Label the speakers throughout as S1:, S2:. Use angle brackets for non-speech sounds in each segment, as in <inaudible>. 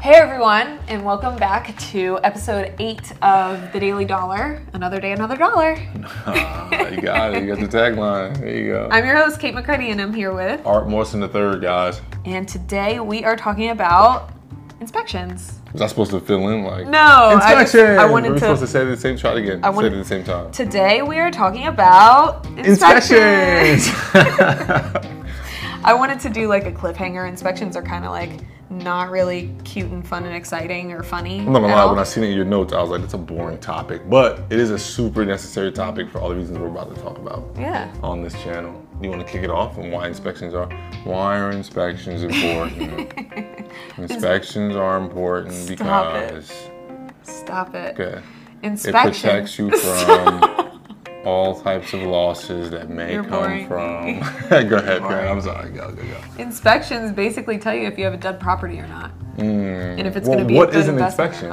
S1: Hey everyone, and welcome back to episode eight of The Daily Dollar. Another day, another dollar.
S2: Ah, you got it. You got the tagline. There you go.
S1: I'm your host, Kate McCready, and I'm here with.
S2: Art Morrison the third, guys.
S1: And today we are talking about inspections.
S2: Was I supposed to fill in like
S1: No, I just-
S2: inspection?
S1: I wanted
S2: Were we
S1: to-
S2: supposed to say it at the same shot again.
S1: I wanted-
S2: say it at the same time.
S1: Today we are talking about inspections.
S2: Inspections.
S1: <laughs> I wanted to do like a cliffhanger. Inspections are kind of like not really cute and fun and exciting or funny.
S2: <laughs> I'm not gonna lie. When I seen it in your notes, I was like, "That's a boring topic," but it is a super necessary topic for all the reasons we're about to talk about
S1: Yeah.
S2: on this channel. You want to kick it off on why inspections are? Why are
S1: <laughs>
S2: inspections important? inspections are important
S1: Stop it.
S2: because
S1: Stop it.
S2: okay, it
S1: Inspections. <laughs>
S2: protects you from. all types of losses that may
S1: You're boring. <laughs>
S2: come from. <laughs> go
S1: boring.
S2: ahead, Karen. I'm sorry. Go, go, go.
S1: Inspections basically tell you if you have a dud property or not, and if it's
S2: Well,
S1: going to be
S2: what
S1: a good
S2: is an
S1: investment or
S2: inspection?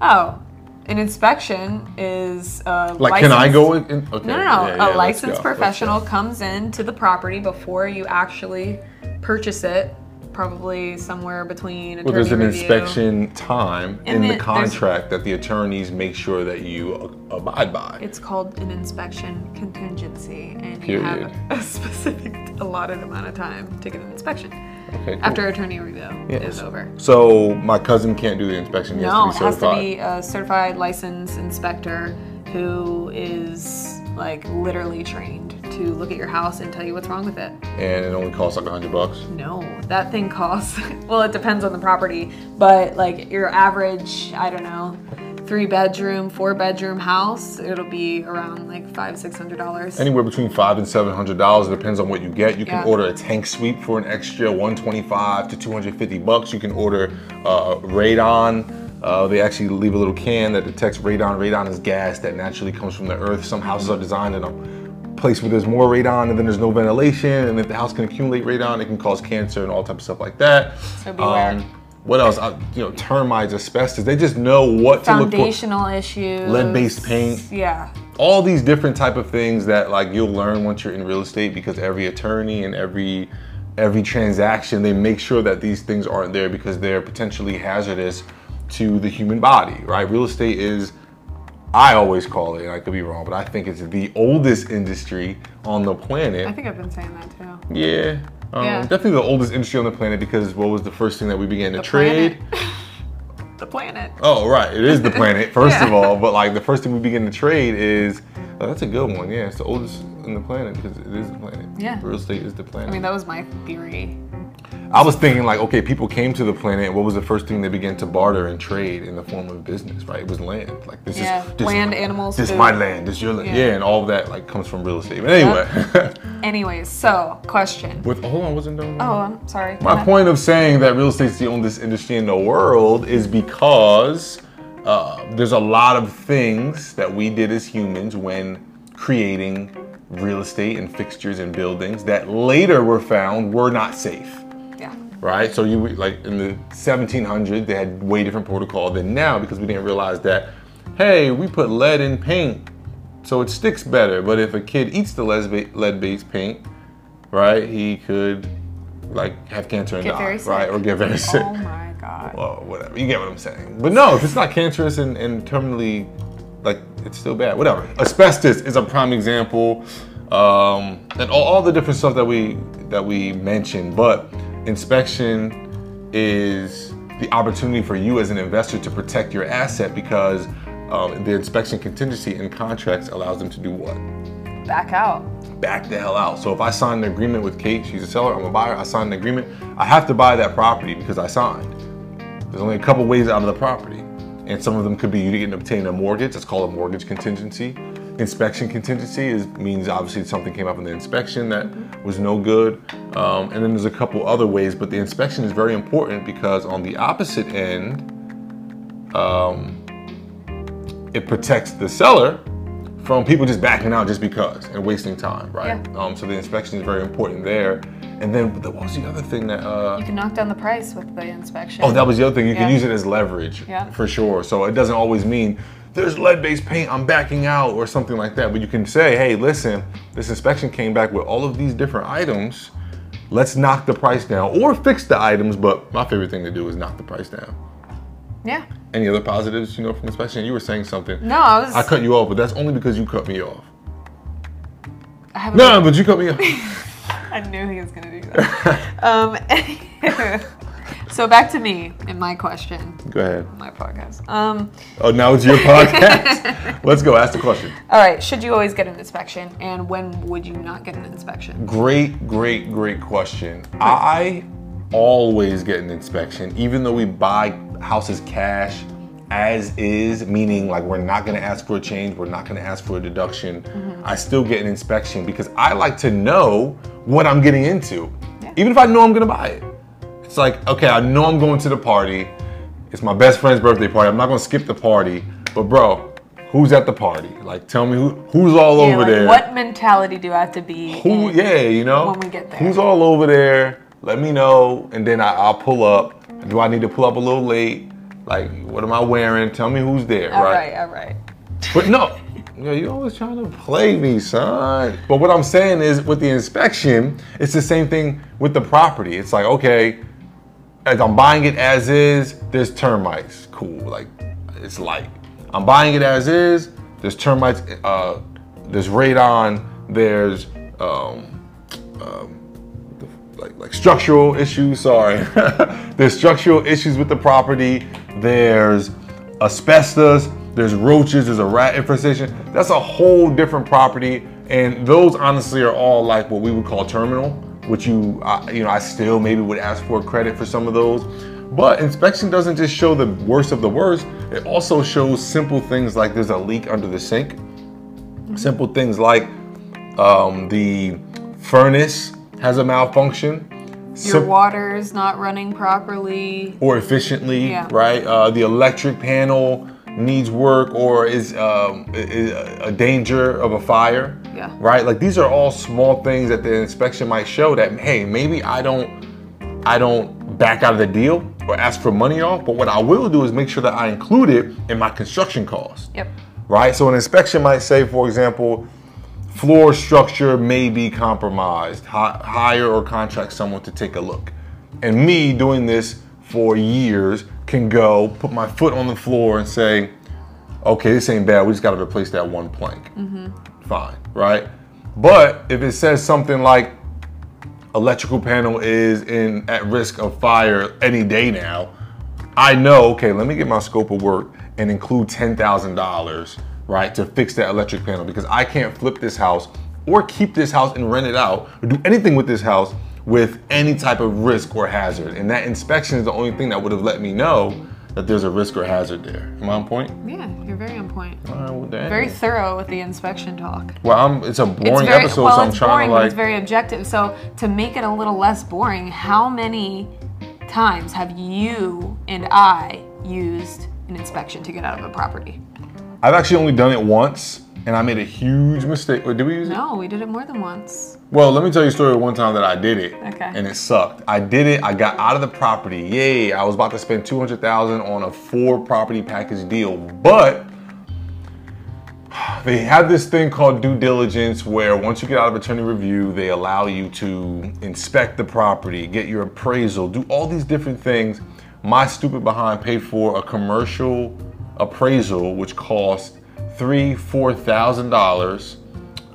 S1: not. Oh, an inspection is a
S2: Like, can I go in? in- okay.
S1: No, no, no.
S2: yeah, yeah,
S1: a
S2: let's
S1: licensed
S2: go, let's
S1: professional comes in to the property before you actually purchase it. Probably somewhere between attorney
S2: Well, there's an
S1: review.
S2: inspection time
S1: And
S2: in
S1: then
S2: the
S1: there's-
S2: contract that the attorneys make sure that you a- abide by.
S1: It's called an inspection contingency, and you
S2: Period.
S1: have a <laughs> specific allotted amount of time to get an inspection
S2: Okay, cool.
S1: after attorney review is
S2: Yes.
S1: over.
S2: So my cousin can't do the inspection. He
S1: No, it
S2: has to be
S1: has to
S2: certified.
S1: be a certified licensed inspector who is like literally trained to look at your house and tell you what's wrong with it.
S2: and it only costs like hundred bucks.
S1: No, that thing costs. <laughs> Well, it depends on the property, but like your average, I don't know, three bedroom, four bedroom house, it'll be around like five, six hundred dollars.
S2: Anywhere between five and seven hundred dollars. It depends on what you get. You can
S1: Yeah.
S2: order a tank sweep for an extra one twenty-five to two hundred fifty bucks. You can order uh, radon. Uh, they actually leave a little can that detects radon. Radon is gas that naturally comes from the earth. Some houses are designed in a place where there's more radon and then there's no ventilation. And if the house can accumulate radon, it can cause cancer and all types of stuff like that.
S1: So beware.
S2: what else? Uh, you know, termites, asbestos. They just know what to look for.
S1: Foundational issues.
S2: Lead-based paint
S1: Yeah.
S2: all these different type of things that like you'll learn once you're in real estate because every attorney and every every transaction they make sure that these things aren't there because they're potentially hazardous to the human body right real estate is i always call it and i could be wrong but i think it's the oldest industry on the planet
S1: I think I've been saying that too.
S2: yeah. Um,
S1: Yeah.
S2: definitely the oldest industry on the planet because what was the first thing that we began to trade
S1: planet. The planet.
S2: Oh, right. It
S1: <laughs>
S2: is the planet, first of
S1: Yeah.
S2: all. But like the first thing we begin to trade is oh, that's a good one. Yeah, it's the oldest in the planet because it is the planet.
S1: Yeah.
S2: Real estate is the planet.
S1: I mean, that was my theory.
S2: I was thinking like, okay, people came to the planet. What was the first thing they began to barter and trade in the form of business? Right? It was land. Like this
S1: Yeah,
S2: is this,
S1: land, animals,
S2: This
S1: food.
S2: my land. This your land.
S1: Yeah.
S2: Yeah. and all of that like comes from real estate. But anyway,
S1: Anyways, so question.
S2: <laughs> with hold on, wasn't done.
S1: Oh, I'm sorry.
S2: My point of saying that real estate's the oldest industry in the world is because uh, there's a lot of things that we did as humans when creating real estate and fixtures and buildings that later were found were not safe
S1: Yeah.
S2: right? So you like in the 1700s, they had way different protocol than now because we didn't realize that. Hey, we put lead in paint, so it sticks better. But if a kid eats the lesb- lead-based paint, right, he could like have cancer and
S1: Get
S2: die,
S1: very sick.
S2: right, or get very <laughs> sick.
S1: Oh my god.
S2: Well, whatever. You get what I'm saying. But no, if it's not cancerous and, and terminally, like, it's still bad. Whatever. Asbestos is a prime example, um, and all, all the different stuff that we that we mentioned. But inspection is the opportunity for you as an investor to protect your asset because um, the inspection contingency in contracts allows them to do what?
S1: Back out.
S2: back the hell out. So if I sign an agreement with Kate, she's a seller, I'm a buyer, I signed an agreement, I have to buy that property because I signed. There's only a couple ways out of the property. And some of them could be you didn't obtain a mortgage, it's called a mortgage contingency. Inspection contingency is means obviously something came up in the inspection that was no good. Um, and then there's a couple other ways, but the inspection is very important because on the opposite end, um, it protects the seller from people just backing out just because and wasting time, right?
S1: Yeah.
S2: Um, so the inspection is very important there. And then the, what was the other thing that? Uh,
S1: You can knock down the price with the inspection.
S2: oh, that was the other thing. You can
S1: Yeah.
S2: use it as leverage
S1: Yeah.
S2: for sure. So it doesn't always mean there's lead-based paint. I'm backing out or something like that. But you can say, hey, listen, this inspection came back with all of these different items. Let's knock the price down or fix the items. But my favorite thing to do is knock the price down.
S1: Yeah.
S2: Any other positives, you know, from inspection? You were saying something.
S1: No, I was.
S2: I cut you off, but that's only because you cut me off.
S1: I haven't-
S2: No, but you cut me off. <laughs>
S1: I knew he was gonna do that. um, <laughs> so back to me and my question,
S2: Go ahead.
S1: my podcast. Um,
S2: Oh, now it's your <laughs> podcast. Let's go. Ask the question.
S1: all right, should you always get an inspection, and when would you not get an inspection?
S2: Great, great, great question. I always get an inspection, even though we buy houses cash as is, meaning like we're not gonna ask for a change, we're not gonna ask for a deduction.
S1: Mm-hmm.
S2: I still get an inspection because I like to know what I'm getting into,
S1: Yeah.
S2: even if I know I'm gonna buy it. It's like, okay, I know I'm going to the party. It's my best friend's birthday party. I'm not gonna skip the party, but bro, who's at the party? Like, tell me who, who's all
S1: Yeah,
S2: over
S1: like,
S2: there.
S1: What mentality do I have to be?
S2: Who,
S1: in?
S2: yeah, you know.
S1: when we get there.
S2: Who's all over there? Let me know, and then I, I'll pull up. Do I need to pull up a little late? Like, what am I wearing? Tell me who's there,
S1: All
S2: right?
S1: right, all right.
S2: But no, you, know, you always trying to play me, son. But what I'm saying is, with the inspection, it's the same thing with the property. It's like, okay, as I'm buying it as is, there's termites. Cool, like it's light. I'm buying it as is. There's termites. Uh, there's radon. There's um, like like structural issues. Sorry, <laughs> there's structural issues with the property. There's asbestos. There's roaches. There's a rat infestation. That's a whole different property, and those honestly are all like what we would call terminal. Which you I, you know I still maybe would ask for credit for some of those. But inspection doesn't just show the worst of the worst. It also shows simple things like there's a leak under the sink. Simple things like um, the furnace has a malfunction.
S1: Your
S2: Sim-
S1: water's not running properly.
S2: or efficiently,
S1: Yeah.
S2: right? Uh, the electric panel needs work or is um, i- i- a danger of a fire,
S1: Yeah.
S2: right? Like these are all small things that the inspection might show that hey, maybe I don't, I don't back out of the deal or ask for money off. But what I will do is make sure that I include it in my construction cost
S1: Yep.
S2: right? So an inspection might say, for example, floor structure may be compromised. Hi- hire or contract someone to take a look. And me doing this for years can go put my foot on the floor and say, okay, this ain't bad. We just got to replace that one plank. Fine, right? But if it says something like electrical panel is in at risk of fire any day now, I know, okay, let me get my scope of work and include $10,000, right, to fix that electric panel because I can't flip this house or keep this house and rent it out or do anything with this house with any type of risk or hazard. And that inspection is the only thing that would have let me know that there's a risk or hazard there. Am I on point?
S1: Yeah, you're very on point.
S2: All right, well, dang.
S1: Very thorough with the inspection talk.
S2: well, I'm, it's a boring
S1: it's very,
S2: episode,
S1: well,
S2: so I'm
S1: it's
S2: trying
S1: boring,
S2: to
S1: but
S2: like.
S1: it's very objective. So to make it a little less boring, how many times have you and I used an inspection to get out of a property?
S2: I've actually only done it once, and I made a huge mistake. Wait, did we use it?
S1: No, we did it more than once.
S2: Well, let me tell you a story of one time that I did it.
S1: Okay.
S2: And it sucked. I did it, I got out of the property. Yay. I was about to spend 200,000 on a four property package deal, but they have this thing called due diligence where once you get out of attorney review, they allow you to inspect the property, get your appraisal, do all these different things. My stupid behind paid for a commercial appraisal which cost three, four thousand dollars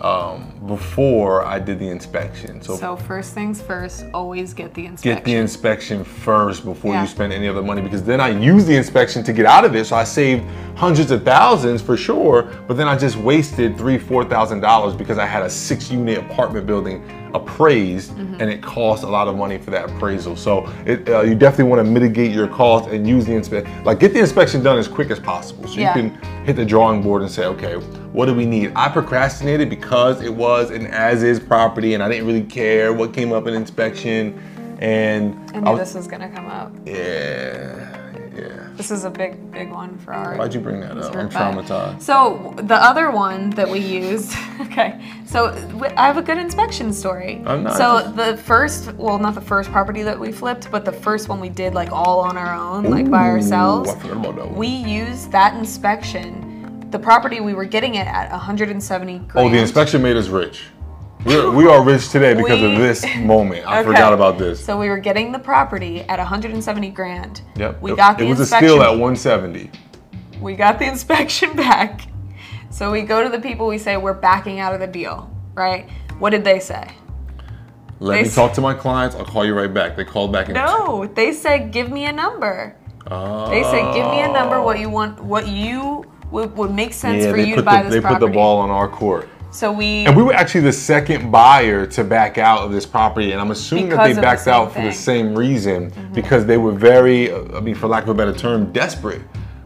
S2: um, before I did the inspection. So,
S1: So first things first, always get the inspection.
S2: get the inspection first before
S1: Yeah.
S2: you spend any other money because then I use the inspection to get out of it. So I saved hundreds of thousands for sure, but then I just wasted three, four thousand dollars because I had a six unit apartment building appraised
S1: Mm-hmm.
S2: and it cost a lot of money for that appraisal. So it, uh, you definitely want to mitigate your cost and use the inspection, like get the inspection done as quick as possible. So
S1: Yeah.
S2: you can hit the drawing board and say, okay, what do we need? I procrastinated because it was an as-is property, and I didn't really care what came up in inspection, and
S1: I
S2: I
S1: knew
S2: was,
S1: this was gonna come up.
S2: yeah, yeah.
S1: This is a big, big one for our.
S2: Why'd you bring that up? I'm
S1: But-
S2: Uh, traumatized.
S1: So the other one that we used, <laughs> okay. So w- I have a good inspection story.
S2: Oh, nice.
S1: So the first, well, not the first property that we flipped, but the first one we did like all on our own, like by
S2: Ooh,
S1: ourselves.
S2: I forgot about that one.
S1: We used that inspection. The property we were getting it at 170 grand.
S2: oh, the inspection made us rich. We're, we are rich today because of
S1: We-
S2: this moment. I
S1: Okay.
S2: forgot about this.
S1: So we were getting the property at 170 grand.
S2: Yep.
S1: We
S2: it,
S1: got the
S2: It was
S1: inspection.
S2: a steal at 170.
S1: We got the <laughs> inspection back. So we go to the people, we say, we're backing out of the deal, right? What did they say?
S2: Let
S1: They
S2: me
S1: s-
S2: talk to my clients. I'll call you right back. They called back and
S1: No, they said, give me a number. They said, give me a number, what you want, what you would, would make sense
S2: Yeah,
S1: for
S2: they
S1: you
S2: put
S1: to buy
S2: the,
S1: this
S2: they
S1: property.
S2: put the ball on our court.
S1: So we,
S2: And we were actually the second buyer to back out of this property, and I'm assuming
S1: Because
S2: that
S1: of
S2: they
S1: the
S2: backed
S1: same
S2: out for the
S1: thing. Mm-hmm.
S2: same reason because they were very, uh, I mean, for lack of a better term, desperate,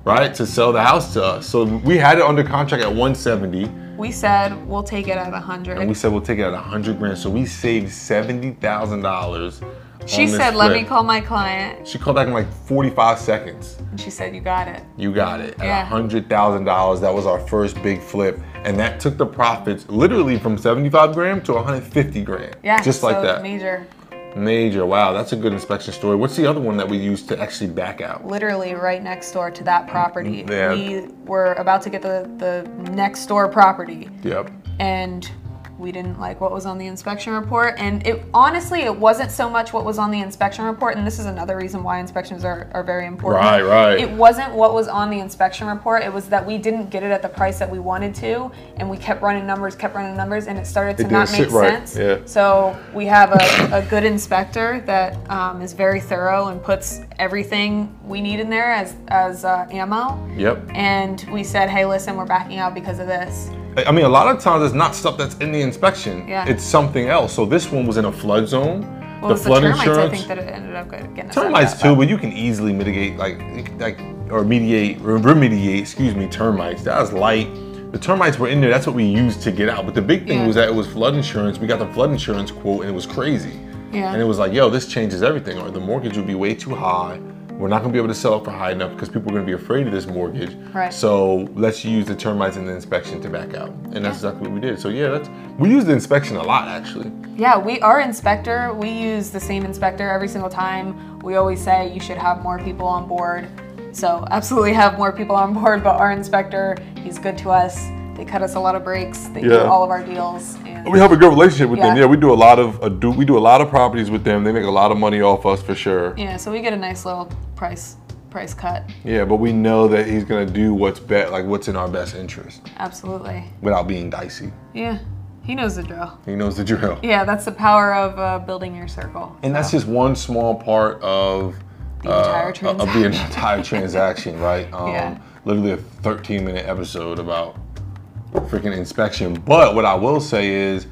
S2: right, to sell the house to us. So we had it under contract at 170,
S1: we said, we'll take it at 100.
S2: and we said we'll take it at 100 grand. So we saved seventy thousand dollars.
S1: she said, let me call my client.
S2: She called back in like 45 seconds.
S1: And she said, you got it.
S2: You got it. At
S1: Yeah.
S2: hundred thousand dollars, that was our first big flip, and that took the profits literally from seventy-five grand to one hundred fifty grand.
S1: Yeah.
S2: just like
S1: so
S2: that.
S1: Major.
S2: Major. Wow, that's a good inspection story. What's the other one that we used to actually back out?
S1: literally right next door to that property.
S2: Yeah.
S1: We were about to get the, the next door property
S2: Yep.
S1: and we didn't like what was on the inspection report. And it honestly, it wasn't so much what was on the inspection report. And this is another reason why inspections are, are very important.
S2: Right, right.
S1: It wasn't what was on the inspection report. It was that we didn't get it at the price that we wanted to. And we kept running numbers, kept running numbers, and it started to
S2: It
S1: not
S2: didn't
S1: make
S2: sit right,
S1: sense.
S2: yeah.
S1: So we have a, a good inspector that um, is very thorough and puts everything we need in there as, as uh, ammo.
S2: Yep.
S1: And we said, hey, listen, we're backing out because of this.
S2: I I mean, a lot of times it's not stuff that's in the inspection.
S1: Yeah.
S2: It's something else. So this one was in a flood zone.
S1: Well, it was the termites, I think, that it ended up getting us out of
S2: termites
S1: that,
S2: too, but you can easily mitigate, like, you can, like or mediate, or remediate. Excuse me, termites. That was light. The termites were in there. That's what we used to get out. But the big thing
S1: Yeah.
S2: was that it was flood insurance. We got the flood insurance quote, and it was crazy.
S1: Yeah.
S2: And it was like, yo, this changes everything. Or the mortgage would be way too high. We're not gonna be able to sell it for high enough because people are gonna be afraid of this mortgage.
S1: Right.
S2: So let's use the termites and the inspection to back out. And that's exactly what we did. So yeah, that's we used the inspection a lot actually.
S1: Yeah, we our inspector. We use the same inspector every single time. We always say you should have more people on board. So <laughs> absolutely have more people on board. But our inspector, he's good to us. They cut us a lot of breaks. They do
S2: Yeah.
S1: all of our deals. And
S2: We have a good relationship with them.
S1: Yeah.
S2: Yeah, we do a lot of uh, do, we do a lot of properties with them. They make a lot of money off us for sure. Yeah,
S1: yeah, so we get a nice little price price cut.
S2: but we know that he's gonna do what's best, like what's in our best interest,
S1: Absolutely.
S2: without being dicey.
S1: Yeah, he knows the drill.
S2: He knows the drill.
S1: Yeah, that's the power of uh, building your circle.
S2: And that's just one small part of
S1: The entire
S2: Uh, of the <laughs> entire transaction, right? Um,
S1: <laughs> Yeah.
S2: Literally a 13 minute episode about freaking inspection. But what I will say is,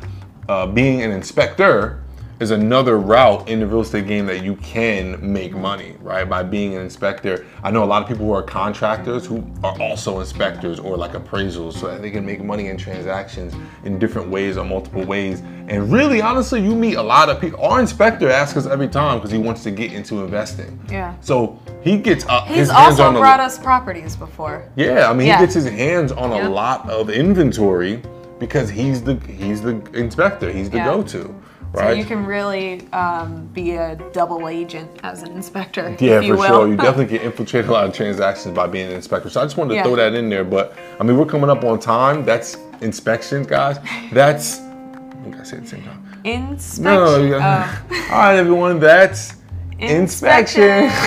S2: uh, being an inspector is another route in the real estate game that you can make money, right? By being an inspector. I know a lot of people who are contractors who are also inspectors or like appraisals so that they can make money in transactions in different ways or multiple ways. And really, honestly, you meet a lot of people. Our inspector asks us every time because he wants to get into investing.
S1: Yeah.
S2: So he gets up.
S1: He's
S2: his hands
S1: also
S2: on the-
S1: brought us properties before.
S2: yeah, I mean,
S1: Yeah.
S2: he gets his hands on a
S1: Yeah.
S2: lot of inventory because he's the he's the inspector. He's the
S1: Yeah.
S2: go-to,
S1: So
S2: right?
S1: you can really um, be a double agent as an inspector.
S2: yeah,
S1: if you
S2: for
S1: will. <laughs>
S2: sure. You definitely can infiltrate a lot of transactions by being an inspector. So I just wanted to
S1: Yeah.
S2: throw that in there. But I mean, we're coming up on time. That's inspections, guys. That's I think I said it at the same time.
S1: Inspection.
S2: No, no, you gotta-
S1: uh,
S2: <laughs> all right, everyone. That's
S1: <laughs>
S2: inspection. <laughs>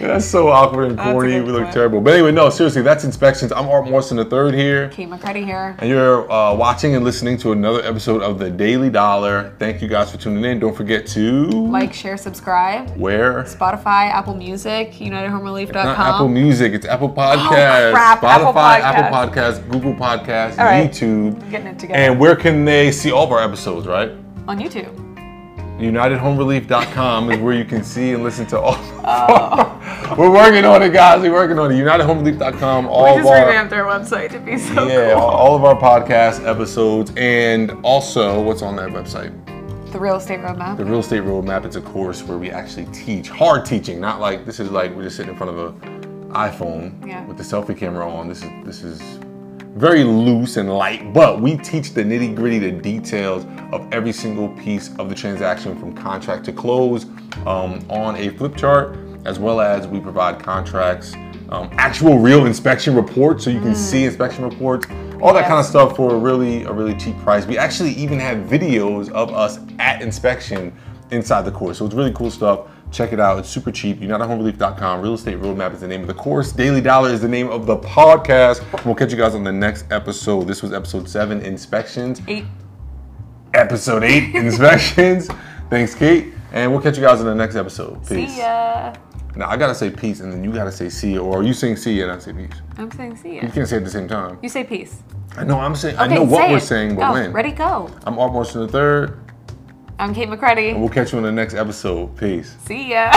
S2: That's so awkward and
S1: a
S2: corny.
S1: good
S2: We look
S1: point.
S2: terrible. But anyway, no, seriously, that's inspections. I'm Art Morrison the third here.
S1: Kate McCready here.
S2: And you're uh, watching and listening to another episode of The Daily Dollar. Thank you guys for tuning in. Don't forget to
S1: Like, share, subscribe.
S2: where.
S1: Spotify, Apple Music, UnitedHomeRelief.com.
S2: Not Apple Music, it's Apple Podcasts,
S1: Oh, crap,
S2: Spotify,
S1: Apple Podcasts.
S2: Apple Podcasts, Google Podcasts,
S1: All right.
S2: YouTube.
S1: Getting it together.
S2: And where can they see all of our episodes, right?
S1: on YouTube.
S2: UnitedHomeRelief.com is where you can see and listen to all.
S1: Oh.
S2: <laughs> We're working on it, guys. We're working on it. UnitedHomeRelief.com. All
S1: we
S2: of
S1: just
S2: our
S1: revamped our website to be so
S2: Oh, yeah, all of our podcast episodes, and also what's on that website.
S1: cool. The real estate roadmap.
S2: The real estate roadmap is a course where we actually teach hard teaching, not like this is like we're just sitting in front of a iPhone
S1: Yeah.
S2: with the selfie camera on. This is this is very loose and light, but we teach the nitty gritty, the details of every single piece of the transaction from contract to close um, on a flip chart, as well as we provide contracts, um, actual real inspection reports, so you can see inspection reports. all that
S1: Mm. Yeah.
S2: kind of stuff for a really a really cheap price. We actually even have videos of us at inspection inside the course. So it's really cool stuff. Check it out. It's super cheap. UnitedHomeRelief.com. Real Estate Roadmap is the name of the course. Daily Dollar is the name of the podcast. We'll catch you guys on the next episode. This was episode seven, inspections.
S1: Eight.
S2: Episode eight, <laughs> inspections. Thanks, Kate. And we'll catch you guys in the next episode. Peace.
S1: See ya.
S2: Now I gotta say peace, and then you gotta say see ya. Or are you saying see ya and I say peace?
S1: I'm saying see
S2: You
S1: ya.
S2: can't say it at the same time.
S1: You say peace.
S2: I know I'm saying. I
S1: Okay,
S2: know what
S1: say
S2: we're
S1: it.
S2: saying, but
S1: go.
S2: when?
S1: Ready, go.
S2: I'm almost in the third.
S1: I'm Kate McCready. <laughs>
S2: We'll catch you in the next episode. Peace.
S1: See ya.